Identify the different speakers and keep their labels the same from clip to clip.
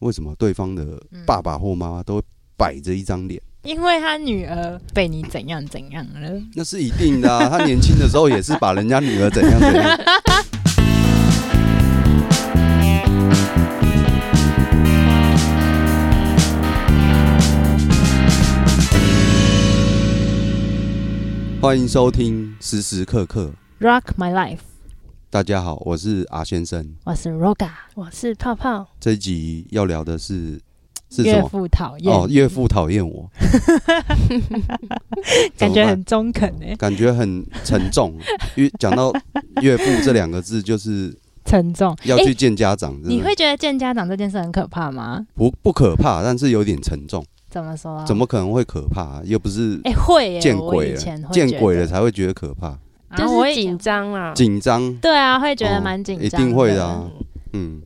Speaker 1: 为什么对方的爸爸或妈妈都摆着一张脸？
Speaker 2: 因为他女儿被你怎样怎样啊了。
Speaker 1: 那是一定的啊！他年轻的时候也是把人家女儿怎样怎样。欢迎收听时时刻刻，
Speaker 2: Rock my life，
Speaker 1: 大家好，我是阿先生。
Speaker 2: 我是 Roga，
Speaker 3: 我是泡泡，
Speaker 1: 这一集要聊的是是什
Speaker 2: 岳
Speaker 1: 么？
Speaker 2: 父讨厌，
Speaker 1: 哦，岳父讨厌我，怎
Speaker 2: 感
Speaker 1: 么
Speaker 2: 觉
Speaker 1: 办
Speaker 2: 很中肯欸诶，
Speaker 1: 感觉很沉 重。因为讲到岳父这两个字，就是
Speaker 2: 沉重。
Speaker 1: 要
Speaker 2: 诶
Speaker 1: 去见家长，真
Speaker 2: 你
Speaker 1: 的
Speaker 2: 会觉得见家长这件事很可怕吗？
Speaker 1: 不不可怕，但是有点沉重。
Speaker 2: 怎么说、啊？
Speaker 1: 怎？么可能会可怕？又不是
Speaker 2: 哎、会耶、
Speaker 1: 见
Speaker 2: 我
Speaker 1: 鬼
Speaker 2: 以
Speaker 1: 了
Speaker 2: 前，会
Speaker 1: 见
Speaker 2: 觉
Speaker 1: 鬼
Speaker 2: 得
Speaker 1: 了，才会觉得可怕，
Speaker 2: 啊
Speaker 3: 就
Speaker 2: 我
Speaker 3: 是
Speaker 2: 以前
Speaker 3: 紧张啦。
Speaker 1: 紧张。
Speaker 2: 对啊，会觉得
Speaker 1: 哦
Speaker 2: 蛮紧张、
Speaker 1: 一定会的、啊。嗯，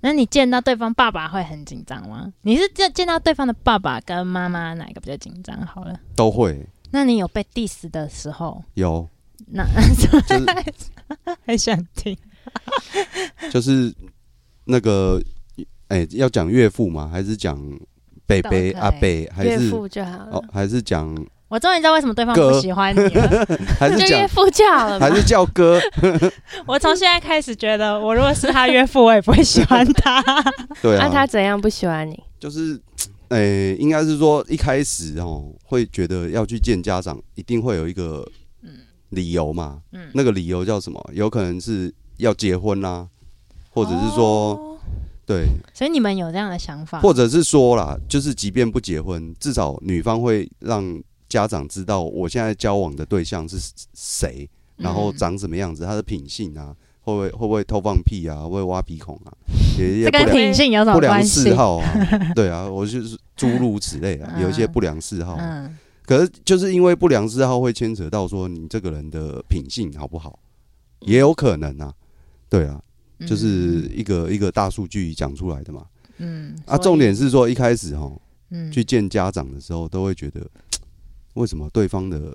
Speaker 2: 那你见到对方爸爸会很紧张吗？你是见见到对方的爸爸跟妈妈哪一个比较紧张？好了，
Speaker 1: 都会
Speaker 2: 那你有被 diss 的时 候，
Speaker 1: 有，
Speaker 2: 那
Speaker 1: 就是
Speaker 2: 很想听。
Speaker 1: 就是那个，哎、要讲岳父吗？还是讲北北
Speaker 2: 都可以
Speaker 1: 阿北？还
Speaker 3: 岳
Speaker 1: 是
Speaker 3: 父就好了，
Speaker 1: 哦？还是讲
Speaker 2: 我终于知道为什么对方
Speaker 1: 哥
Speaker 2: 不喜欢你了。
Speaker 1: 还是
Speaker 3: 就岳
Speaker 1: 讲
Speaker 3: 父就好了嘛
Speaker 1: 还。是叫哥？
Speaker 2: 我从现在开始觉得，我如果是他岳父，我也不会喜欢他。
Speaker 1: 对
Speaker 3: 那、
Speaker 1: 啊，
Speaker 3: 他怎样不喜欢你？
Speaker 1: 就是，哎、应该是说一开始哦，会觉得要去见家长，一定会有一个理由嘛。
Speaker 2: 嗯
Speaker 1: 那个理由叫什么？有可能是要结婚啦、 或者是说、
Speaker 2: 哦
Speaker 1: 对，
Speaker 2: 所以你们有这样的想法？
Speaker 1: 或者是说啦，就是即便不结婚，至少女方会让家长知道我现在交往的对象是谁，然后
Speaker 2: 嗯
Speaker 1: 长什么样子，他的品性啊，会不会会不会偷放屁啊，会不会挖鼻孔啊，也也
Speaker 2: 这
Speaker 1: 不
Speaker 2: 跟
Speaker 1: 良
Speaker 2: 品性有什么
Speaker 1: 不良
Speaker 2: 关系
Speaker 1: 嗜？好 啊，对啊，我就是诸如此类啊，
Speaker 2: 嗯
Speaker 1: 有一些不良嗜好啊、
Speaker 2: 嗯，
Speaker 1: 可是就是因为不良嗜好会牵扯到说你这个人的品性好不好，也有可能啊，对啊，
Speaker 2: 嗯
Speaker 1: 就是一个一个大数据讲出来的嘛。
Speaker 2: 嗯
Speaker 1: 啊，重点是说一开始哈去
Speaker 2: 去
Speaker 1: 见家长的时候，都会觉得为什么对方的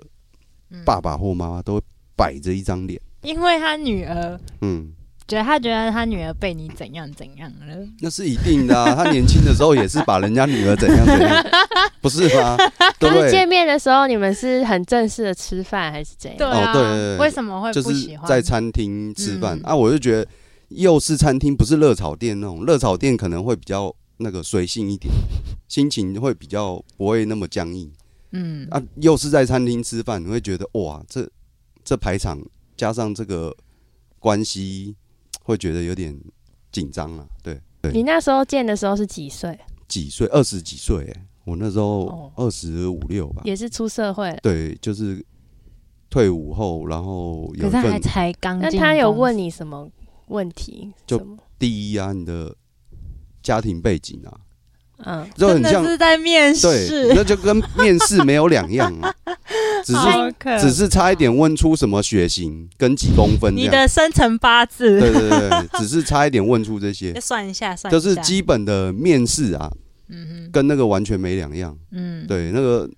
Speaker 1: 爸，爸或妈妈都摆着一张脸，
Speaker 2: 嗯因为他女儿
Speaker 1: 嗯。
Speaker 2: 觉得他觉得他女儿被你怎样怎样了。
Speaker 1: 那是一定的啊！他年轻的时候也是把人家女儿怎样怎 样，不是吗？对不
Speaker 3: 可是
Speaker 1: 对
Speaker 3: 见？面的时候，你们是很正式的吃饭还是怎样？
Speaker 2: 啊，
Speaker 1: 哦对对对
Speaker 2: 为什么会
Speaker 1: 就
Speaker 2: 不
Speaker 1: 是
Speaker 2: 喜欢？
Speaker 1: 在餐厅吃饭、
Speaker 2: 嗯
Speaker 1: 啊，我就觉得又是餐厅，不是热炒店那种。热炒店可能会比较那个随性一点，心情会比较不会那么僵硬
Speaker 2: 嗯
Speaker 1: 啊。又是在餐厅吃饭，你会觉得哇，这这排场加上这个关系，会觉得有点紧张啊。对
Speaker 3: 你
Speaker 1: 对，
Speaker 3: 那时候见的时候是几岁？
Speaker 1: 几岁？二十几岁、欸？我那时候
Speaker 3: 哦
Speaker 1: 二十五六吧。
Speaker 3: 也是出社会了。
Speaker 1: 对，就是退伍后，然后
Speaker 2: 可
Speaker 1: 有
Speaker 2: 是
Speaker 1: 一
Speaker 2: 他还
Speaker 1: 份
Speaker 2: 才刚
Speaker 3: 那
Speaker 2: 进
Speaker 3: 他有
Speaker 2: 公司
Speaker 3: 问你什么问题？
Speaker 1: 就
Speaker 3: 什么
Speaker 1: 第一啊，你的家庭背景啊。
Speaker 3: 嗯，
Speaker 1: 就很
Speaker 2: 真的
Speaker 1: 像
Speaker 2: 是在面
Speaker 1: 对，
Speaker 2: 试，
Speaker 1: 那就跟面试没有两样 啊，只是
Speaker 2: 好可
Speaker 1: 只是差一点问出什么血型跟几公分这
Speaker 2: 你
Speaker 1: 样，
Speaker 2: 的生辰八字，
Speaker 1: 对对对，对只是差一点问出这 些，
Speaker 2: 算一下，算一
Speaker 1: 就
Speaker 2: 下，
Speaker 1: 是基本的面试啊，
Speaker 2: 嗯哼，
Speaker 1: 跟那个完全没两样。
Speaker 2: 嗯，。
Speaker 1: 对，那个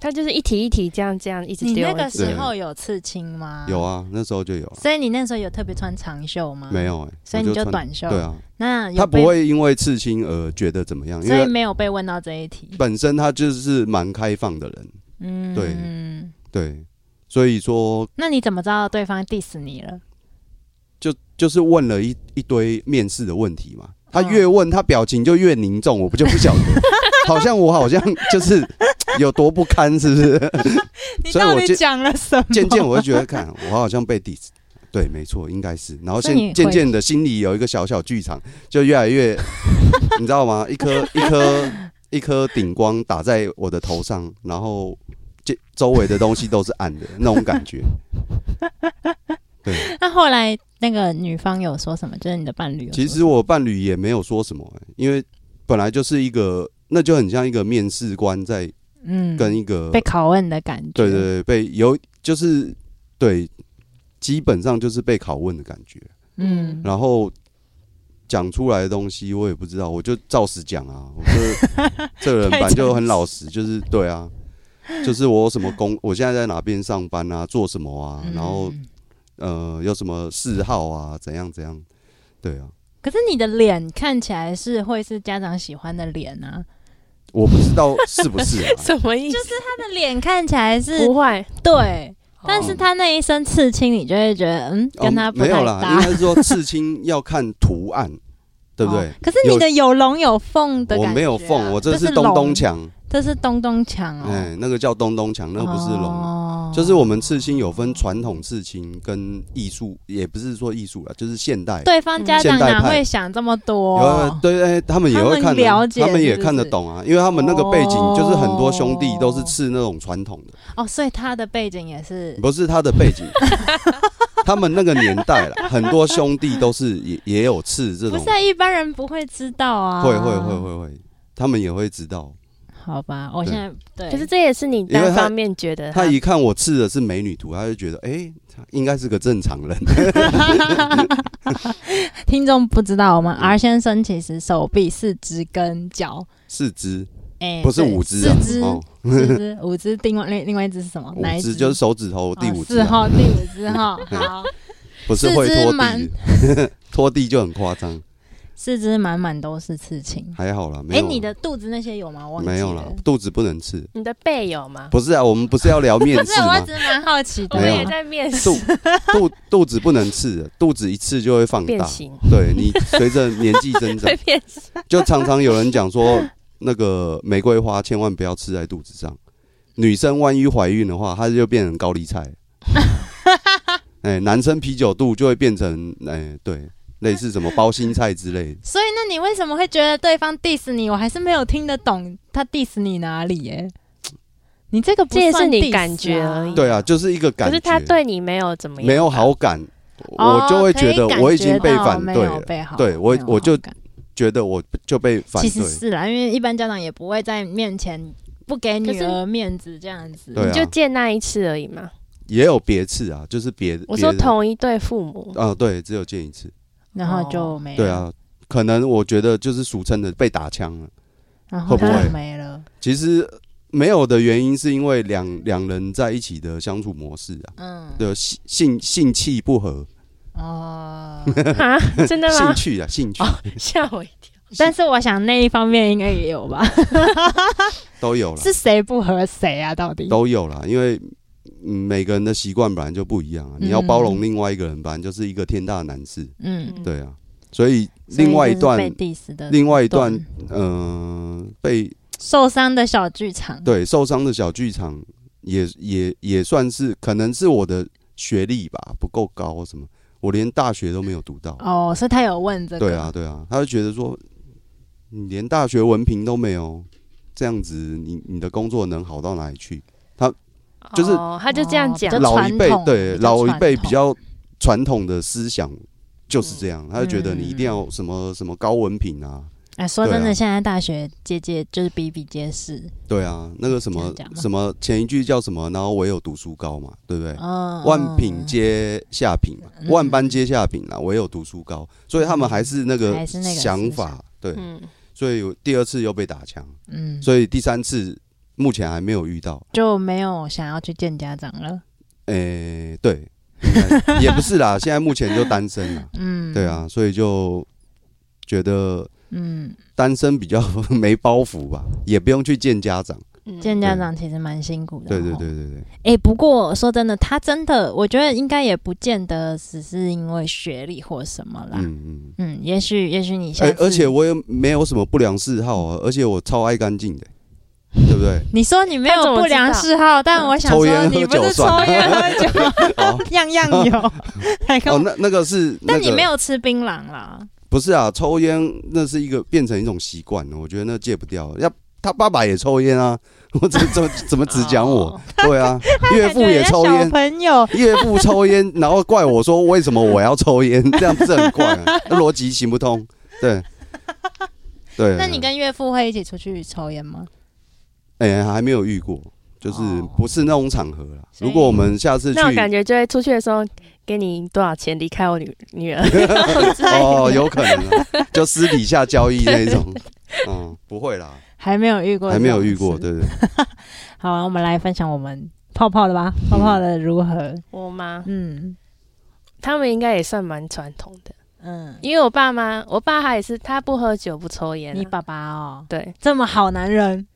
Speaker 3: 他就是一题一题这样这样一直
Speaker 2: 你
Speaker 3: 丢。
Speaker 2: 那个
Speaker 3: 一直丢
Speaker 2: 时候有刺青吗？
Speaker 1: 有。啊，那时候就有啊，
Speaker 2: 所以你那时候有特别穿长袖吗？
Speaker 1: 没，有哎，
Speaker 2: 啊所以
Speaker 1: 我
Speaker 2: 你就
Speaker 1: 穿
Speaker 2: 短袖。
Speaker 1: 对啊，
Speaker 2: 那有
Speaker 1: 他
Speaker 2: 被
Speaker 1: 不，会因为刺青而觉得怎么样，因
Speaker 2: 所以
Speaker 1: 为
Speaker 2: 没有被问到这一题。
Speaker 1: 本身他就是蛮开放的人，
Speaker 2: 嗯，
Speaker 1: 对。对，所以说
Speaker 2: 那你怎么知道对方 diss 你了？
Speaker 1: 就就是问了一一堆面试的问题嘛。他
Speaker 2: 嗯
Speaker 1: 越问，他表情就越凝重，我不就不 晓得，好像我好像就是有多不堪，是不是？
Speaker 2: 你
Speaker 1: 所以我
Speaker 2: 到
Speaker 1: 就
Speaker 2: 底讲了什么？
Speaker 1: 渐渐我就觉得，看我好像被 diss，对，没错，应该是。然后
Speaker 2: 那你
Speaker 1: 渐渐
Speaker 2: 会
Speaker 1: 渐的心里有一个小小剧场，就越来 越，你知道吗？一颗一颗一颗顶光打在我的头上，然后这周围的东西都是暗的那种感觉。对，
Speaker 2: 那后来那个女方有说什么？就是你的伴侣有说
Speaker 1: 其
Speaker 2: 什
Speaker 1: 实
Speaker 2: 么
Speaker 1: 我伴侣也没有说什么、欸因为本来就是一个，那就很像一个面试官在
Speaker 2: 嗯
Speaker 1: 跟一个，
Speaker 2: 被拷问的感觉。
Speaker 1: 对对对，被有就是对，基本上就是被拷问的感觉。
Speaker 2: 嗯，
Speaker 1: 然后讲出来的东西我也不知道，我就照实讲啊。我这 这个人本来就很老实，就是对啊，就是我有什么工，我现在在哪边上班啊，做什么啊，然后
Speaker 2: 嗯
Speaker 1: 呃有什么嗜好啊，怎样怎样，对啊。
Speaker 2: 可是你的脸看起来是会是家长喜欢的脸啊，
Speaker 1: 我不知道是不是、啊，
Speaker 3: 什么意思？
Speaker 2: 就是他的脸看起来是
Speaker 3: 不会，
Speaker 2: 对，但是他那一身刺青，你就会觉得嗯，跟他
Speaker 1: 哦
Speaker 2: 不
Speaker 1: 没
Speaker 2: 太
Speaker 1: 有啦，
Speaker 2: 搭
Speaker 1: 应，该是说刺青要看图 案，对不对
Speaker 2: 哦？可是你的有龙有凤的感
Speaker 1: 我
Speaker 2: 觉啊，
Speaker 1: 没有缝，我
Speaker 2: 这
Speaker 1: 是
Speaker 2: 是
Speaker 1: 东东
Speaker 2: 龙，
Speaker 1: 墙，
Speaker 2: 这是东东墙哦，
Speaker 1: 哎，那个叫东东墙，那个不是龙。啊
Speaker 2: 哦
Speaker 1: 就是我们刺青有分传统刺青跟艺术，也不是说艺术了，就是现代。
Speaker 2: 对方家长
Speaker 1: 现代
Speaker 2: 哪
Speaker 1: 派
Speaker 2: 会想这么多？
Speaker 1: 有对哎，他们也会
Speaker 2: 他
Speaker 1: 看
Speaker 2: 们了
Speaker 1: 的，
Speaker 2: 解
Speaker 1: 他们也
Speaker 2: 是不是
Speaker 1: 看得懂啊，因为他们那个背景
Speaker 2: 哦
Speaker 1: 就是很多兄弟都是刺那种传统的，
Speaker 2: 哦，所以他的背景也是
Speaker 1: 不是他的 背景。他们那个年代了，很多兄弟都是也也有刺这
Speaker 2: 不
Speaker 1: 种
Speaker 2: 是，啊一般人不会知道啊？
Speaker 1: 会会会，会会，他们也会知道。
Speaker 2: 好吧，我
Speaker 1: 对
Speaker 2: 现在对，
Speaker 3: 可是这也是你
Speaker 1: 因为
Speaker 3: 单
Speaker 1: 他
Speaker 3: 方面觉得
Speaker 1: 他一看我刺的是美女图，他就觉得哎、诶他应该是个正常人。
Speaker 2: 听众不知道，我
Speaker 1: 嗯
Speaker 2: 们 R 先生其实手臂、四肢跟脚，
Speaker 1: 四肢
Speaker 2: 哎、
Speaker 1: 不是
Speaker 2: 对
Speaker 1: 五只啊
Speaker 2: 四，肢、
Speaker 1: 哦，
Speaker 2: 四肢、五只，另外另另外一只是什么？
Speaker 1: 五
Speaker 2: 哪一
Speaker 1: 只
Speaker 2: 只？
Speaker 1: 就是手指头第五只
Speaker 2: 哦四
Speaker 1: 啊、
Speaker 2: 号，第五只哈。 好，
Speaker 1: 不是会
Speaker 2: 四肢
Speaker 1: 拖地
Speaker 2: 蛮
Speaker 1: 的， 拖地就很夸张，
Speaker 2: 四肢满满都是刺青。
Speaker 1: 还好啦，没
Speaker 2: 哎、
Speaker 1: 有啊。
Speaker 2: 你的肚子那些有吗？我忘记
Speaker 1: 没有啦
Speaker 2: 了。，
Speaker 1: 肚子不能刺。
Speaker 3: 你的背有吗？
Speaker 1: 不是啊，我们不是要聊面
Speaker 2: 不
Speaker 1: 试
Speaker 2: 是，啊我
Speaker 1: 吗
Speaker 2: 只？是蛮好奇的。
Speaker 1: 没有
Speaker 3: 我也在面试
Speaker 1: 肚肚肚子不能刺的，肚子一刺就会放
Speaker 3: 变
Speaker 1: 大。
Speaker 3: 形，
Speaker 1: 对你随着年纪增长
Speaker 3: 会，变形。
Speaker 1: 就常常有人讲说，那个玫瑰花千万不要吃在肚子上。女生万一怀孕的话，她就变成高丽 菜。哎、男生啤酒肚就会变成哎、对，类似什么包心菜之类的。
Speaker 2: 所以，那你为什么会觉得对方 diss 你？我还是没有听得懂他 diss 你哪里耶、你这个不
Speaker 3: 这也是
Speaker 2: 算
Speaker 3: 你
Speaker 2: diss
Speaker 3: 感觉
Speaker 2: 啊
Speaker 3: 而已
Speaker 1: 对啊，就是一个感
Speaker 3: 可
Speaker 1: 觉，
Speaker 3: 是他对你没有怎么样，
Speaker 1: 没有好感，
Speaker 2: 哦
Speaker 1: 我就会觉得
Speaker 2: 可以
Speaker 1: 我已经被
Speaker 2: 感觉到
Speaker 1: 反
Speaker 2: 没
Speaker 1: 对
Speaker 2: 有
Speaker 1: 了，
Speaker 2: 被好
Speaker 1: 对我
Speaker 2: 没有
Speaker 1: 我就
Speaker 2: 好感
Speaker 1: 觉得我就被反
Speaker 2: 其实
Speaker 1: 对。
Speaker 2: 是啦，因为一般家长也不会在面前不给女儿面子这样子。
Speaker 1: 对啊
Speaker 3: 你就见那一次而已嘛。
Speaker 1: 也有别次啊，就是别
Speaker 3: 我说
Speaker 1: 别的
Speaker 3: 同一对父母，
Speaker 1: 啊，对，只有见一次。
Speaker 2: 然后就没了。
Speaker 1: 对，啊，可能我觉得就是俗称的被打枪了。
Speaker 2: 然后
Speaker 1: 会不会
Speaker 2: 就没了。
Speaker 1: 其实没有的原因是因为两两人在一起的相处模式啊，
Speaker 2: 嗯，
Speaker 1: 对，性性性气不合，
Speaker 2: 哦，
Speaker 3: 啊，真的
Speaker 1: 兴
Speaker 3: 吗？欸
Speaker 1: 趣啊，兴趣
Speaker 3: 吓我一跳。
Speaker 2: 但是我想那一方面应该也有吧？
Speaker 1: 都有啦，
Speaker 2: 是谁不合谁啊？到底？
Speaker 1: 都有啦，因为。嗯，每个人的习惯本来就不一样啊，你要包容另外一个人，本来就是一个天大的难事，
Speaker 2: 嗯，
Speaker 3: 嗯
Speaker 1: 对啊，所以
Speaker 2: 所以
Speaker 1: 另外一
Speaker 2: 就是
Speaker 1: 段，
Speaker 2: 被 diss 的
Speaker 1: 另外一段
Speaker 2: 段，
Speaker 1: 嗯、被
Speaker 2: 受伤的小剧场。
Speaker 1: 对受伤的小剧场也也也算是，可能是我的学历吧不够高，什么，我连大学都没有读到。
Speaker 2: 哦，所以他有问这个。
Speaker 1: 对啊，，对啊，他就觉得说，你连大学文凭都没有，这样子你你的工作能好到哪里去？就是
Speaker 3: 哦他就这样讲
Speaker 2: 哦比较，
Speaker 1: 老一辈
Speaker 2: 传统
Speaker 1: 对
Speaker 2: 比较
Speaker 1: 老一辈
Speaker 2: 传统
Speaker 1: 比较传统的思想就是这样，他就觉得你一定
Speaker 2: 嗯
Speaker 1: 要什么什么高文凭啊，
Speaker 2: 哎，说真
Speaker 1: 对
Speaker 2: 的，
Speaker 1: 啊
Speaker 2: 现在大学姐姐就是比比皆是。
Speaker 1: 对啊，那个什么
Speaker 2: 这样讲吗
Speaker 1: 什么前一句叫什么，然后唯有读书高嘛，对不对？
Speaker 2: 嗯，
Speaker 1: 万品皆下品嘛，
Speaker 2: 嗯
Speaker 1: 万般皆下品啦，唯有读书高，所以他们还是那个
Speaker 2: 还是那个
Speaker 1: 想
Speaker 2: 思
Speaker 1: 法
Speaker 2: 想，
Speaker 1: 对，
Speaker 3: 嗯，
Speaker 1: 所以我第二次又被打枪，
Speaker 2: 嗯，
Speaker 1: 所以第三次目前还没有遇到，
Speaker 2: 就没有想要去见家长了。
Speaker 1: 诶，对，应该也不是 啦，现在目前就单身啦，
Speaker 2: 嗯，
Speaker 1: 对，啊，所以就觉得
Speaker 2: 嗯，
Speaker 1: 单身比较 没包袱吧，也不用去见家长，
Speaker 2: 哦
Speaker 3: 嗯
Speaker 2: 见家长其实蛮辛苦的。
Speaker 1: 对对。对对对，
Speaker 2: 哎、不过说真的，他真的，我觉得应该也不见得只是因为学历或什么啦。嗯，
Speaker 1: 嗯嗯。
Speaker 2: 也许也许你下
Speaker 1: 哎、
Speaker 2: 次、
Speaker 1: 而且我也没有什么不良嗜好啊，而且我超爱干净的，对不 对？
Speaker 2: 你说你没
Speaker 3: 他怎
Speaker 2: 有
Speaker 3: 么
Speaker 2: 不
Speaker 3: 知道
Speaker 2: 良嗜好，但我想
Speaker 1: 抽
Speaker 2: 说
Speaker 1: 烟
Speaker 2: 你
Speaker 1: 喝
Speaker 2: 不
Speaker 1: 酒
Speaker 2: 是抽
Speaker 1: 算
Speaker 2: 烟喝酒，
Speaker 1: 哦
Speaker 2: 样样有，还跟我
Speaker 1: 哦，那那个是，那
Speaker 2: 但你
Speaker 1: 个
Speaker 2: 没有吃槟榔啦。
Speaker 1: 不是啊？抽烟那是一个变成一种习惯了，我觉得那戒不掉。要他爸爸也抽烟啊， 我怎怎么怎么只讲我？对啊，岳父也抽
Speaker 2: 哦感觉人家小
Speaker 1: 烟，
Speaker 2: 朋友
Speaker 1: 岳父抽烟，然后怪我说为什么我要抽烟， 这样不是很怪、啊？那逻辑行不通，对。对，啊
Speaker 2: 那你跟岳父会一起出去抽烟吗？
Speaker 1: 哎、还没有遇过，就是
Speaker 2: 哦
Speaker 1: 不是那种场合啦。
Speaker 2: 所以
Speaker 1: 如果我们下次去，
Speaker 3: 那我感觉就会出去的时候给你多少钱离开我女 女儿之类 的
Speaker 1: 哦，有可能、啊，就私底下交易那 种。嗯，不会啦，
Speaker 2: 还没有遇过，
Speaker 1: 还没有遇过，。对不对？
Speaker 2: 好啊，我们来分享我们泡泡的吧，
Speaker 1: 嗯
Speaker 2: 泡泡的如何？
Speaker 3: 我妈，
Speaker 2: 嗯，
Speaker 3: 他们应该也算蛮传统的，
Speaker 2: 嗯，
Speaker 3: 因为我爸妈，我爸他也是，他不喝酒，不抽烟啊、
Speaker 2: 你爸爸哦，
Speaker 3: 对
Speaker 2: 这么好男人，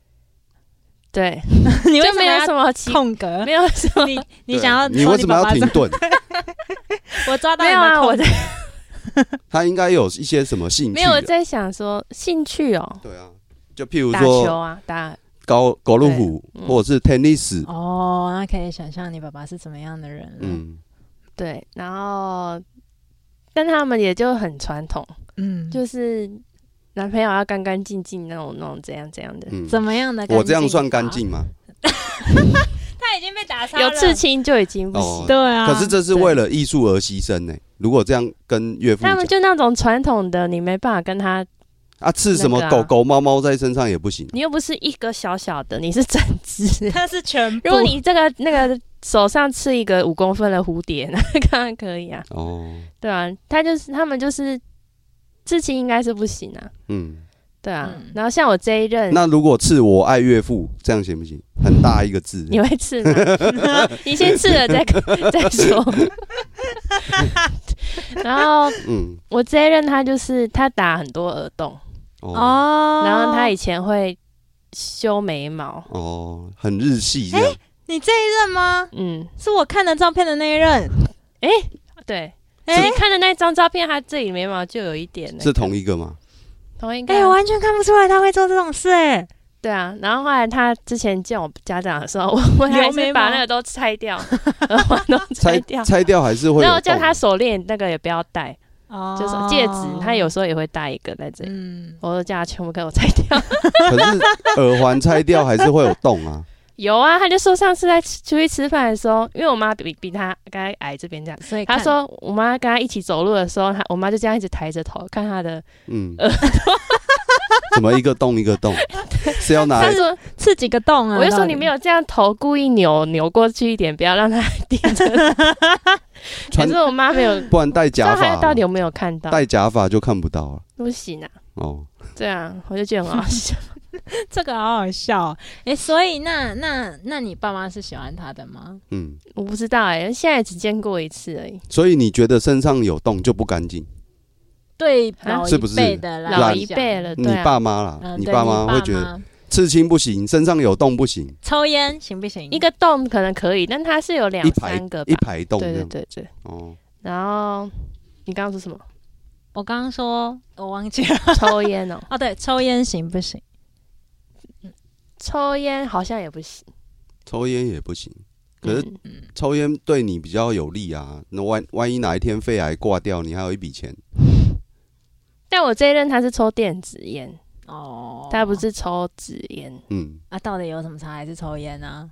Speaker 3: 对，
Speaker 2: 你为什
Speaker 3: 就
Speaker 2: 么
Speaker 3: 没有什
Speaker 2: 要
Speaker 3: 么奇，
Speaker 2: 空格？
Speaker 3: 没有什么，
Speaker 2: 你
Speaker 1: 对
Speaker 2: 你
Speaker 1: 啊
Speaker 2: 想要
Speaker 1: 你
Speaker 2: 说
Speaker 1: 为什么
Speaker 2: 爸
Speaker 1: 要
Speaker 2: 爸
Speaker 1: 停
Speaker 2: 这？
Speaker 1: 顿？
Speaker 2: 我抓到
Speaker 3: 没有啊，我
Speaker 2: 的
Speaker 3: 在
Speaker 1: 他应该有一些什么兴趣？啊
Speaker 3: 没有我在想说兴趣哦，
Speaker 1: 对啊，就譬如
Speaker 3: 打球
Speaker 1: 说
Speaker 3: 啊，打
Speaker 1: 高高路虎
Speaker 3: 对嗯
Speaker 1: 或者是 tennis，
Speaker 2: 哦，那可以想象你爸爸是怎么样的人了。嗯
Speaker 1: 嗯，
Speaker 3: 对，然后但他们也就很传统，
Speaker 2: 嗯，就
Speaker 3: 就是男朋友要干干净净那种那种怎样怎样的，
Speaker 1: 嗯
Speaker 2: 怎么样的？
Speaker 3: 啊
Speaker 2: 啊
Speaker 1: 我这样算干，净吗？
Speaker 2: 他已经被打伤
Speaker 3: 有刺。青就已经不行。
Speaker 1: 哦
Speaker 2: 对啊，
Speaker 1: 可是这是
Speaker 3: 对
Speaker 1: 为了艺术而牺牲呢。如果这样跟岳父
Speaker 3: 他
Speaker 1: 讲
Speaker 3: 们就那种传统的，你没办法跟他，
Speaker 1: 啊，刺什么
Speaker 3: 那个
Speaker 1: 狗
Speaker 3: 啊
Speaker 1: 狗、猫猫在身上也不行。
Speaker 3: 你又不是一个小小的，你是整 只。
Speaker 2: 他是全部。
Speaker 3: 如果你这个那个手上刺一个五公分的蝴蝶，那当然可以啊，
Speaker 1: 哦，
Speaker 3: 对啊，他就是他们就是刺青应该是不行啊，
Speaker 1: 嗯，
Speaker 3: 对啊。
Speaker 2: 嗯
Speaker 3: 然后像我这一任，
Speaker 1: 那如果刺我爱岳父，这样行不行？很大一个字，
Speaker 3: 你会刺吗？你先刺了再再说。然后
Speaker 1: 嗯，
Speaker 3: 我这一任他就是他打很多耳洞，
Speaker 1: 哦
Speaker 2: 哦，
Speaker 3: 然后他以前会修眉毛，
Speaker 1: 哦，很日系这
Speaker 3: 哎
Speaker 1: 样，
Speaker 2: 你这一任吗？
Speaker 3: 嗯，
Speaker 2: 是我看的照片的那一任。
Speaker 3: 对。
Speaker 2: 哎
Speaker 3: 你看的那张照片，他这里眉毛就有一点、那个
Speaker 1: 是同一个吗？
Speaker 3: 同一个啊、
Speaker 2: 哎，我完全看不出来他会做这种事哎。
Speaker 3: 对啊，然后后来他之前见我家长的时候，我我还
Speaker 2: 留眉
Speaker 3: 是
Speaker 2: 毛
Speaker 3: 把那个都拆 掉，耳环都拆
Speaker 1: 拆
Speaker 3: 掉，
Speaker 1: 拆掉还是会有洞？
Speaker 3: 然后叫他手链那个也不要戴，
Speaker 2: 哦
Speaker 3: 就是戒指，他有时候也会戴一个在这里，
Speaker 2: 嗯，
Speaker 3: 我都叫他全部给我拆掉。
Speaker 1: 可是耳环拆掉还是会有洞啊。
Speaker 3: 有啊，他就说上次在吃出去吃饭的时候，因为我妈比比他该矮这边这样，
Speaker 2: 所以
Speaker 3: 他
Speaker 2: 哎看
Speaker 3: 说我妈跟他一起走路的时候，他我妈就这样一直抬着头看他的，
Speaker 1: 嗯，怎么一个洞一个洞？是要拿
Speaker 3: 他
Speaker 1: 来
Speaker 3: 说
Speaker 2: 刺几个洞啊。
Speaker 3: 我就说你没
Speaker 2: 有，
Speaker 3: 有这样头故意扭扭过去一点，不要让他 盯 着。可
Speaker 1: 穿
Speaker 3: 是，我妈没有，不知
Speaker 1: 不然戴假
Speaker 3: 道她
Speaker 1: 发哦
Speaker 3: 到
Speaker 1: 嘛
Speaker 3: 底，有没有看到，
Speaker 1: 戴假发就看不到了。
Speaker 3: 不行啊。
Speaker 1: 哦，
Speaker 3: 对啊，我就觉得很好 笑。
Speaker 2: 这个好好笑哦。哎，所以那那那你爸妈是喜欢他的吗？
Speaker 1: 嗯，
Speaker 3: 我不知道哎、现在只见过一次而已。
Speaker 2: 嗯
Speaker 1: 所以你觉得身上有洞就不干净？
Speaker 2: 对
Speaker 3: 啊
Speaker 2: 老
Speaker 1: 是
Speaker 2: 一
Speaker 1: 不是
Speaker 2: 辈的来
Speaker 3: 老一
Speaker 2: 讲
Speaker 3: 辈了，
Speaker 1: 你
Speaker 3: 对啊，
Speaker 1: 爸妈啦，
Speaker 2: 嗯，
Speaker 1: 你
Speaker 2: 对
Speaker 1: 爸妈会觉得
Speaker 2: 妈
Speaker 1: 刺青不行，身上有洞不行，
Speaker 2: 抽烟行不行？
Speaker 3: 一个洞可能可以，但它是有两
Speaker 1: 一排
Speaker 3: 三个吧
Speaker 1: 一。排洞
Speaker 3: 对
Speaker 1: 这
Speaker 3: 对
Speaker 1: 样。
Speaker 3: 对对。
Speaker 1: 哦，
Speaker 3: 然后你刚刚 说什么？
Speaker 2: 我刚刚说我忘记了
Speaker 3: 抽烟哦，
Speaker 2: 哦，对，抽烟行不行？
Speaker 3: 抽烟好像也不行。
Speaker 1: 抽烟也不行。可是
Speaker 3: 嗯
Speaker 1: 抽烟对你比较有利啊，那万万一哪一天肺癌挂掉，你还有一笔钱。
Speaker 3: 但我这一任他是抽电子烟，
Speaker 2: 哦，
Speaker 3: 他不是抽纸烟。
Speaker 1: 嗯，
Speaker 2: 啊，到底有什么差？还是抽烟啊？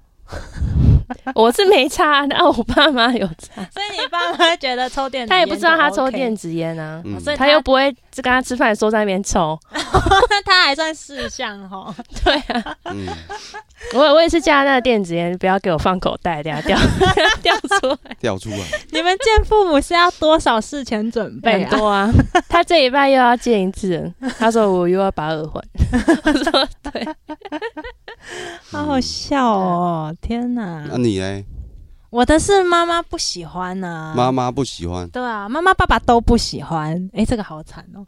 Speaker 3: 我是没差，但我爸妈有差，
Speaker 2: 所以你爸妈觉得抽 电子烟就 OK，
Speaker 3: 他也不知道他抽电子烟啊。
Speaker 1: 嗯
Speaker 2: 所以
Speaker 3: 他又不会跟他吃饭的时候在那边抽，
Speaker 2: 那 他还算事项哦吼。
Speaker 3: 对啊，
Speaker 1: 嗯，
Speaker 3: 我我也是加那个电子烟，不要给我放口袋，等下掉 掉出来。
Speaker 1: 掉出来。
Speaker 2: 你们见父母是要多少事前准备
Speaker 3: 很
Speaker 2: 啊？
Speaker 3: 多啊。他这一拜又要见一次人，他说我又要拔耳环， 我说对，
Speaker 2: 好好笑哦！天哪
Speaker 1: 那，你嘞？
Speaker 2: 我的是妈妈不喜欢呐，
Speaker 1: 妈妈不喜 欢，
Speaker 2: 对啊，妈妈爸爸都不喜欢。哎，这个好惨哦。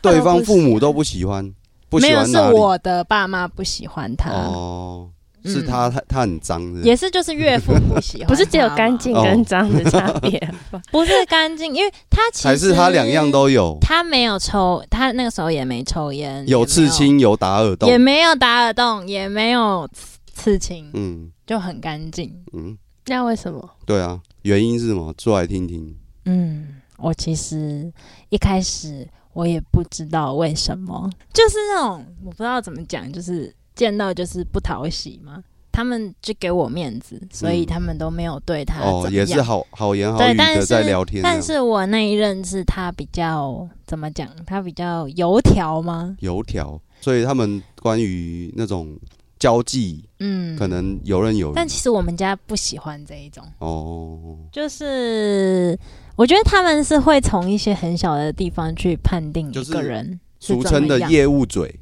Speaker 1: 对方父母都不喜欢，不
Speaker 2: 没
Speaker 1: 喜
Speaker 2: 有，
Speaker 1: 欢
Speaker 2: 是
Speaker 1: 哪里？
Speaker 2: 我的爸妈不喜欢他，
Speaker 1: 哦，
Speaker 2: 嗯
Speaker 1: 是他他他很脏的，
Speaker 2: 也是就是岳父 不喜欢他嘛，
Speaker 3: 不是只有干净跟脏的差别啊吧？
Speaker 2: 不是干净，因为他其实
Speaker 1: 还是他两样，都有，
Speaker 2: 他没有抽，他那个时候也没抽烟，
Speaker 1: 有刺青，有打耳洞
Speaker 2: 也没有，也，没有打耳洞，也没有刺刺青，
Speaker 1: 嗯
Speaker 2: 就很干净。
Speaker 1: 嗯，
Speaker 3: 那为什么？
Speaker 1: 对啊，原因是什么？说来听听。
Speaker 2: 嗯，我其实一开始我也不知道为什么，就是那种我不知道怎么讲，就是见到就是不讨喜嘛。他们就给我面子，所以
Speaker 1: 嗯
Speaker 2: 他们都没有对他
Speaker 1: 哦，
Speaker 2: 啊怎么
Speaker 1: 也是
Speaker 2: 样
Speaker 1: 好好言好
Speaker 2: 对
Speaker 1: 语
Speaker 2: 但
Speaker 1: 的
Speaker 2: 是
Speaker 1: 在聊天这样，啊
Speaker 2: 但是我那一任是他比较怎么讲？他比较油条吗？
Speaker 1: 油条，所以他们关于那种交际，
Speaker 2: 嗯，
Speaker 1: 可。能游刃有余
Speaker 2: 但。其实我们家不喜欢这一种，
Speaker 1: 哦，
Speaker 2: 就是我觉得他们是会从一些很小的地方去判定
Speaker 1: 就
Speaker 2: 一
Speaker 1: 是
Speaker 2: 个人是
Speaker 1: 俗
Speaker 2: 怎么
Speaker 1: 称的
Speaker 2: 样
Speaker 1: 业务嘴，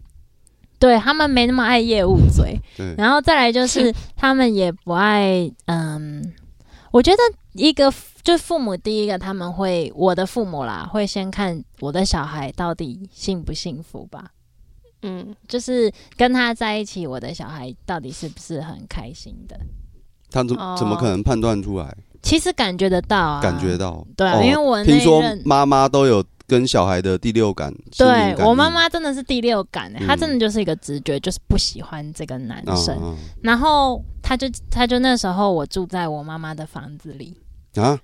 Speaker 2: 对他们没那么爱业务嘴，
Speaker 1: 对，
Speaker 2: 然后再来就是他们也不爱，嗯，我觉得一个就父母第一个他们会，我的父母啦，会先看我的小孩到底幸不幸福吧。
Speaker 3: 嗯，
Speaker 2: 就是跟他在一起，我的小孩到底是不是很开心的？
Speaker 1: 他怎
Speaker 3: 哦
Speaker 1: 怎么可能判断出来？
Speaker 2: 其实感觉得到啊，
Speaker 1: 感觉到
Speaker 2: 对啊，
Speaker 1: 哦
Speaker 2: 因为我那
Speaker 1: 听
Speaker 2: 一
Speaker 1: 说
Speaker 2: 任，
Speaker 1: 妈妈都有跟小孩的第六感，心灵
Speaker 2: 对
Speaker 1: 感应
Speaker 2: 我妈妈真的是第六感、欸，
Speaker 1: 嗯
Speaker 2: 她真的就是一个直觉，就是不喜欢这个男
Speaker 1: 啊
Speaker 2: 生。然后她就她就那时候我住在我妈妈的房子里，
Speaker 1: 啊啊，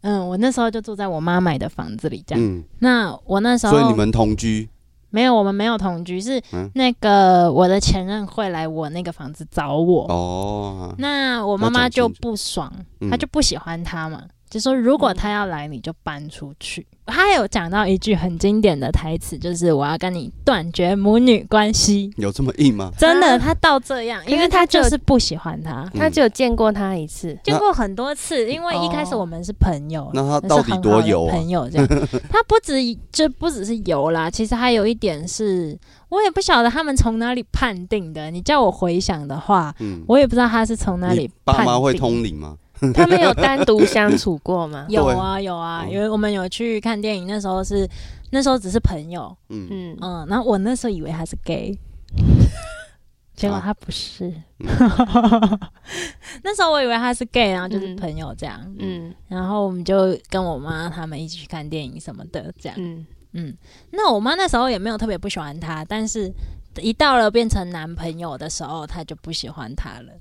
Speaker 2: 嗯，我那时候就住在我妈买的房子里这样。
Speaker 1: 嗯，
Speaker 2: 那我那时候
Speaker 1: 所以你们同居
Speaker 2: 没有，我们没有同居，是
Speaker 1: 嗯
Speaker 2: 那个我的前任会来我那个房子找我。
Speaker 1: 哦，
Speaker 2: 那我妈妈就
Speaker 1: 要讲清楚
Speaker 2: 不爽，
Speaker 1: 嗯
Speaker 2: 她就不喜欢他嘛，就说如果他要来，你就搬出去。她有讲到一句很经典的台词，就是我要跟你断绝母女关系。
Speaker 1: 有这么硬吗？
Speaker 2: 真的，
Speaker 3: 啊
Speaker 2: 她到这样，
Speaker 3: 可是
Speaker 2: 因为
Speaker 3: 她
Speaker 2: 她就
Speaker 3: 就是
Speaker 2: 不喜欢他。
Speaker 1: 嗯
Speaker 3: 他只有见过他一次，
Speaker 2: 见过很多次，因为一开始
Speaker 3: 哦
Speaker 2: 我们是朋友，
Speaker 1: 那她
Speaker 2: 是
Speaker 1: 到底
Speaker 2: 很
Speaker 1: 多
Speaker 2: 好的
Speaker 1: 油啊
Speaker 2: 朋友这样， 他不止这不只是油啦，其实还有一点是，我也不晓得他们从哪里判定的。你叫我回想的话，
Speaker 1: 嗯，
Speaker 2: 我也不知道他是从哪
Speaker 1: 你
Speaker 2: 里判
Speaker 1: 爸
Speaker 2: 定。？
Speaker 1: 妈会通灵吗？
Speaker 3: 他们有单独相处过吗
Speaker 2: 有啊有啊，
Speaker 3: 哦
Speaker 1: 嗯
Speaker 2: 因为我们有去看电影，那时候是那时候只是朋友，
Speaker 1: 嗯，
Speaker 3: 嗯，
Speaker 2: 嗯，然后我那时候以为他是 gay，结
Speaker 3: 啊
Speaker 2: 果他不是，
Speaker 3: 嗯
Speaker 2: 那时候我以为他是 gay，然后就是
Speaker 3: 嗯
Speaker 2: 朋友这样，
Speaker 3: 嗯
Speaker 2: 然后我们就跟我妈他们一起去看电影什么的这样，
Speaker 3: 嗯，
Speaker 2: 嗯，那我妈那时候也没有特别不喜欢他，但是一到了变成男朋友的时候，她就不喜欢他了。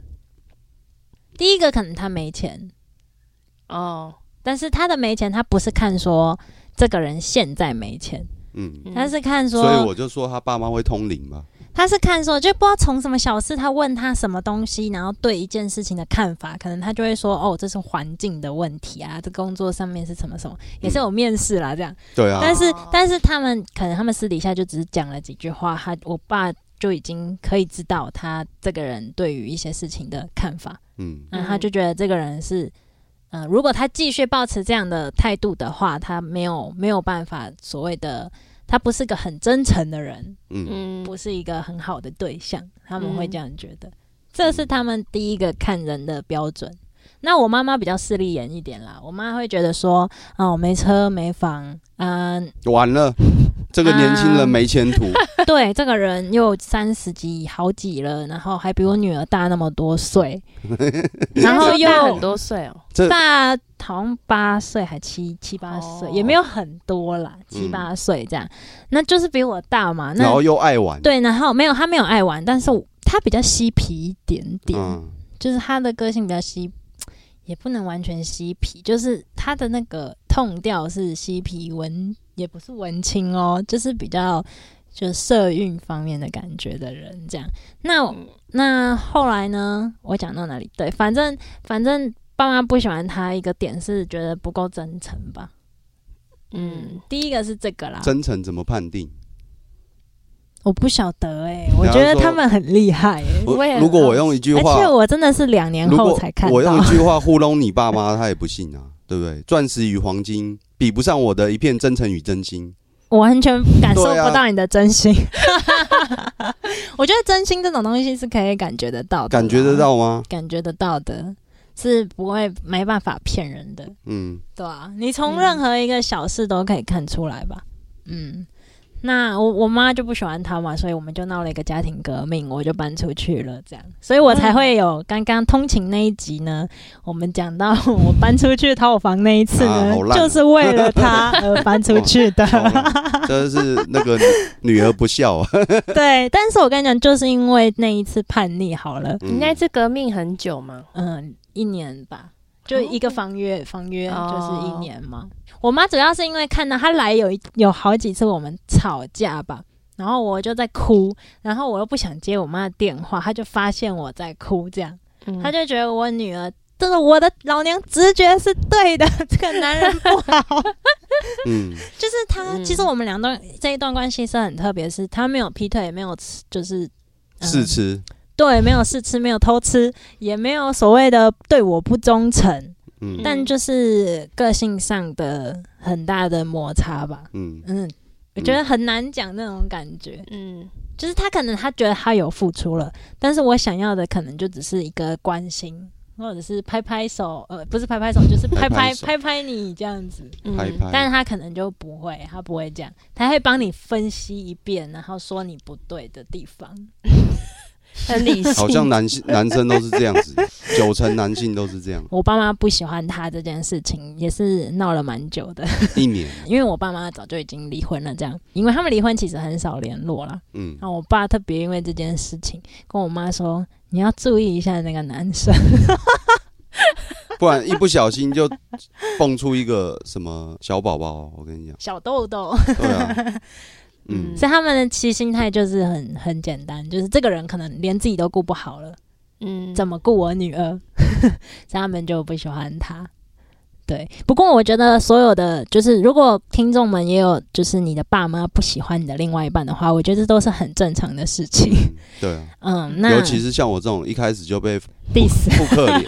Speaker 2: 第一个可能他没钱，
Speaker 3: 哦，
Speaker 2: 但是他的没钱，他不是看说这个人现在没钱，
Speaker 1: 嗯，
Speaker 2: 他是看
Speaker 1: 所以
Speaker 2: 说，
Speaker 1: 我就说他爸妈会通灵嘛。
Speaker 2: 他是看说，就不知道从什么小事，他问他什么东西，然后对一件事情的看法，可能他就会说，哦，这是环境的问题啊，这工作上面是什么什么，也是有面试啦，这样。
Speaker 1: 对啊，
Speaker 2: 但是
Speaker 3: 哦，
Speaker 2: 但是他们可能他们私底下就只是讲了几句话，他我爸。就已经可以知道他这个人对于一些事情的看法，
Speaker 1: 嗯，
Speaker 2: 那他就觉得这个人是，呃，如果他继续保持这样的态度的话，他没有没有办法所谓的，他不是个很真诚的人，
Speaker 1: 嗯
Speaker 3: 嗯
Speaker 2: 不是一个很好的对象，他们会
Speaker 3: 嗯
Speaker 2: 这样觉得，这是他们第一个看人的标准。那我妈妈比较势利眼一点啦，我妈会觉得说，啊、我没车没房，嗯、
Speaker 1: 完了，这个年
Speaker 2: 啊
Speaker 1: 轻人没前途。
Speaker 2: 对，这个人又三十几好几了，然后还比我女儿大那么多 岁， 然后又
Speaker 3: 大很多岁哦，
Speaker 1: 这
Speaker 2: 大好像八岁还七七八岁，
Speaker 3: 哦
Speaker 2: 也没有很多啦，七八岁这样，那就是比我大嘛。
Speaker 1: 嗯然
Speaker 2: 那
Speaker 1: 后又爱玩，
Speaker 2: 对，然后没有他没有爱玩，但是我他比较嬉皮一点点，
Speaker 1: 嗯，
Speaker 2: 就是他的个性比较嬉，也不能完全嬉皮，就是他的那个痛调是嬉皮文，也不是文青哦，就是比较就社运方面的感觉的人这样。那我那后来呢？我讲到哪里？对，反正反正爸妈不喜欢他一个点是觉得不够真诚吧。嗯
Speaker 3: 嗯，，
Speaker 2: 第一个是这个啦，
Speaker 1: 真诚怎么判定？
Speaker 2: 我不晓得哎、
Speaker 1: 后
Speaker 2: 我觉得
Speaker 1: 说
Speaker 2: 他们很厉害哎、
Speaker 1: 我
Speaker 3: 我也很
Speaker 1: 如果我用一句
Speaker 2: 而
Speaker 1: 话，
Speaker 2: 且我真的是两年
Speaker 1: 如
Speaker 2: 后
Speaker 1: 果
Speaker 2: 才看
Speaker 1: 我用一
Speaker 2: 到。
Speaker 1: 句 话糊弄你爸妈，他也不信啊，对不对？钻石与黄金比不上我的一片真诚与真心。
Speaker 2: 我完全感受
Speaker 1: 对啊
Speaker 2: 不到你的真心。 我觉得真心这种东西是可以感觉得到的，
Speaker 1: 感觉得，到吗？
Speaker 2: 感觉得到的，是不会没办法骗人的，
Speaker 1: 嗯，
Speaker 2: 对啊，你从
Speaker 3: 嗯
Speaker 2: 任何一个小事都可以看出来吧，嗯。那我我妈就不喜欢他嘛，所以我们就闹了一个家庭革命，我就搬出去了，这样，所以我才会有刚刚通勤那一集呢。我们讲到我搬出去套房那一次
Speaker 1: 啊
Speaker 2: 呢，
Speaker 1: 好烂啊
Speaker 2: 就是为了他而搬出去 的。
Speaker 1: 好啦这是那个女儿不孝 啊。
Speaker 2: 对，但是我跟你讲，就是因为那一次叛逆好了，
Speaker 1: 嗯
Speaker 3: 你那次革命很久吗？
Speaker 2: 嗯，一年吧，就一个房约，房约就是一
Speaker 3: 哦
Speaker 2: 年嘛。我妈主要是因为看到她来有一有好几次我们吵架吧，然后我就在哭，然后我又不想接我妈的电话，她就发现我在哭，这样
Speaker 3: 嗯
Speaker 2: 她就觉得我女儿。这个我的老娘直觉是对的，这个男人不 好。
Speaker 1: 嗯，
Speaker 2: 就是他，
Speaker 3: 嗯
Speaker 2: 其实我们两段这一段关系是很特别，是他没有劈腿，也没有吃就是嗯
Speaker 1: 试吃，
Speaker 2: 对，没有试吃，没有偷吃，也没有所谓的对我不忠诚，
Speaker 1: 嗯
Speaker 2: 但就是个性上的很大的摩擦吧。
Speaker 1: 嗯
Speaker 2: 嗯，我觉得很难讲那种感觉，
Speaker 3: 嗯
Speaker 2: 就是他可能他觉得他有付出了，但是我想要的可能就只是一个关心，或者是拍拍手，呃，不是拍拍手，就是拍
Speaker 1: 拍
Speaker 2: 拍
Speaker 1: 手
Speaker 2: 拍拍你这样子。
Speaker 3: 嗯
Speaker 1: 拍拍，
Speaker 2: 但是他可能就不会，他不会这样，他会帮你分析一遍，然后说你不对的 地方。
Speaker 3: 很理性，
Speaker 1: 好像男性男生都是这样子，九成男性都是这样，
Speaker 2: 我爸妈不喜欢他这件事情，也是闹了蛮久的，
Speaker 1: 一年，
Speaker 2: 因为我爸妈早就已经离婚了，这样，因为他们离婚其实很少联络啦。
Speaker 1: 嗯，
Speaker 2: 然后我爸特别因为这件事情跟我妈说，你要注意一下那个男生。
Speaker 1: 不然一不小心就蹦出一个什么小宝宝，我跟你讲，
Speaker 2: 小豆豆，
Speaker 1: 对啊，嗯
Speaker 3: 嗯，
Speaker 2: 所以他们的其实心态就是很很简单，就是这个人可能连自己都顾不好了，
Speaker 3: 嗯，
Speaker 2: 怎么顾我女儿？ 所以他们就不喜欢他。对，不过我觉得所有的就是，如果听众们也有就是你的爸妈不喜欢你的另外一半的话，我觉得这都是很正常的事情。
Speaker 1: 嗯对啊，
Speaker 2: 嗯，那
Speaker 1: 尤其是像我这种一开始就被
Speaker 2: diss
Speaker 1: 扑克脸，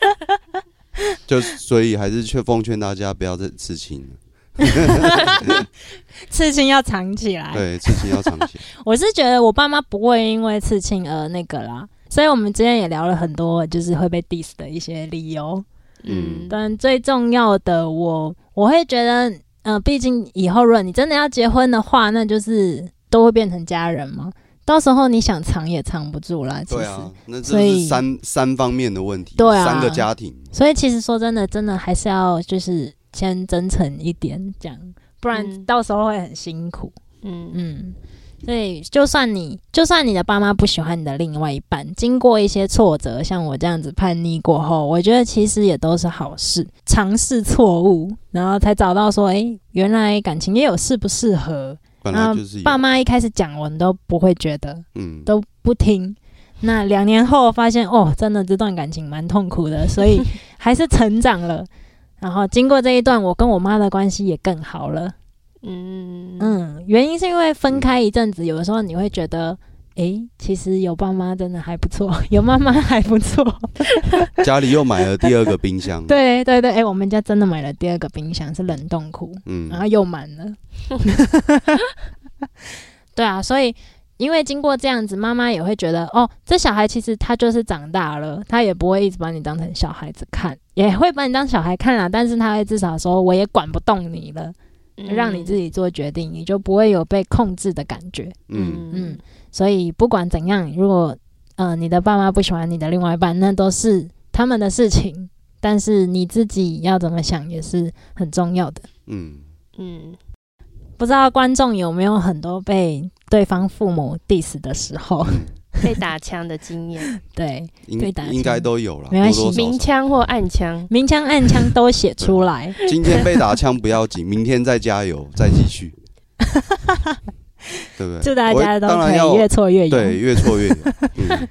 Speaker 1: 就所以还是劝奉劝大家不要再刺青了，
Speaker 2: 刺青要藏起来。
Speaker 1: 对，刺青要藏 起来，
Speaker 2: 我是觉得我爸妈不会因为刺青而那个啦，所以我们之前也聊了很多，就是会被 diss 的一些理由。
Speaker 1: 嗯
Speaker 2: 但最重要的我，我会觉得，呃，毕竟以后如果你真的要结婚的话，那就是都会变成家人嘛，到时候你想藏也藏不住啦。其
Speaker 1: 对
Speaker 2: 实，
Speaker 1: 啊，那这
Speaker 2: 所以
Speaker 1: 是三三方面的问题，
Speaker 2: 对啊
Speaker 1: 三个家庭，
Speaker 2: 所以其实说真的，真的还是要就是先真诚一点，这样，不然
Speaker 3: 嗯
Speaker 2: 到时候会很辛苦。
Speaker 3: 嗯
Speaker 2: 嗯，所以就算你就算你的爸妈不喜欢你的另外一半，经过一些挫折，像我这样子叛逆过后，我觉得其实也都是好事，尝试错误，然后才找到说，诶，原来感情也有适不适合。
Speaker 1: 本
Speaker 2: 然
Speaker 1: 来
Speaker 2: 后
Speaker 1: 就是有
Speaker 2: 爸妈一开始讲，我们都不会觉得，
Speaker 1: 嗯，
Speaker 2: 都不听。那两年后发现，哦，真的这段感情蛮痛苦的，所以还是成长了。然后经过这一段，我跟我妈的关系也更好了。
Speaker 3: 嗯嗯
Speaker 2: 嗯，原因是因为分开一阵子，有的时候你会觉得，诶，其实有爸妈真的还不错， 有妈妈还不错。
Speaker 1: 家里又买了第二个冰箱，，
Speaker 2: 对对对，诶，我们家真的买了第二个冰箱，是冷冻库，
Speaker 1: 嗯
Speaker 2: 然后又满了。对啊，所以因为经过这样子，妈妈也会觉得，哦，这小孩其实他就是长大了，他也不会一直把你当成小孩子看，也会把你当小孩看啦，但是他会至少说，我也管不动你了，
Speaker 3: 嗯
Speaker 2: 让你自己做决定，你就不会有被控制的感觉。
Speaker 1: 嗯，
Speaker 2: 嗯，所以不管怎样，如果呃你的爸妈不喜欢你的另外一半，那都是他们的事情。但是你自己要怎么想也是很重要的。
Speaker 1: 嗯，
Speaker 3: 嗯
Speaker 2: 不知道观众有没有很多被对方父母 diss 的时候？
Speaker 3: 被打枪的经验，
Speaker 2: 对，
Speaker 1: 应
Speaker 2: 对打
Speaker 1: 应
Speaker 2: 枪
Speaker 1: 该都有了，
Speaker 2: 没关系
Speaker 1: 多多少
Speaker 3: 明
Speaker 1: 少。
Speaker 3: 枪或暗枪，
Speaker 2: 明枪暗枪都写出 来。
Speaker 1: 今天被打枪不要紧，明天再加油，再继 续，对不对？
Speaker 2: 祝大家
Speaker 1: 我
Speaker 2: 都
Speaker 1: 当
Speaker 2: 可
Speaker 1: 然
Speaker 2: 以
Speaker 1: 要
Speaker 2: 越挫越勇。
Speaker 1: 对，越挫越勇。嗯，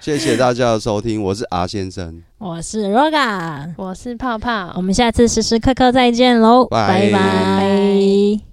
Speaker 1: 谢谢大家的收听，我是阿先生，
Speaker 2: 我是 Roga，
Speaker 1: 嗯
Speaker 3: 我是泡泡
Speaker 2: 我，们下次时时刻刻再见喽，
Speaker 1: 拜
Speaker 2: 拜拜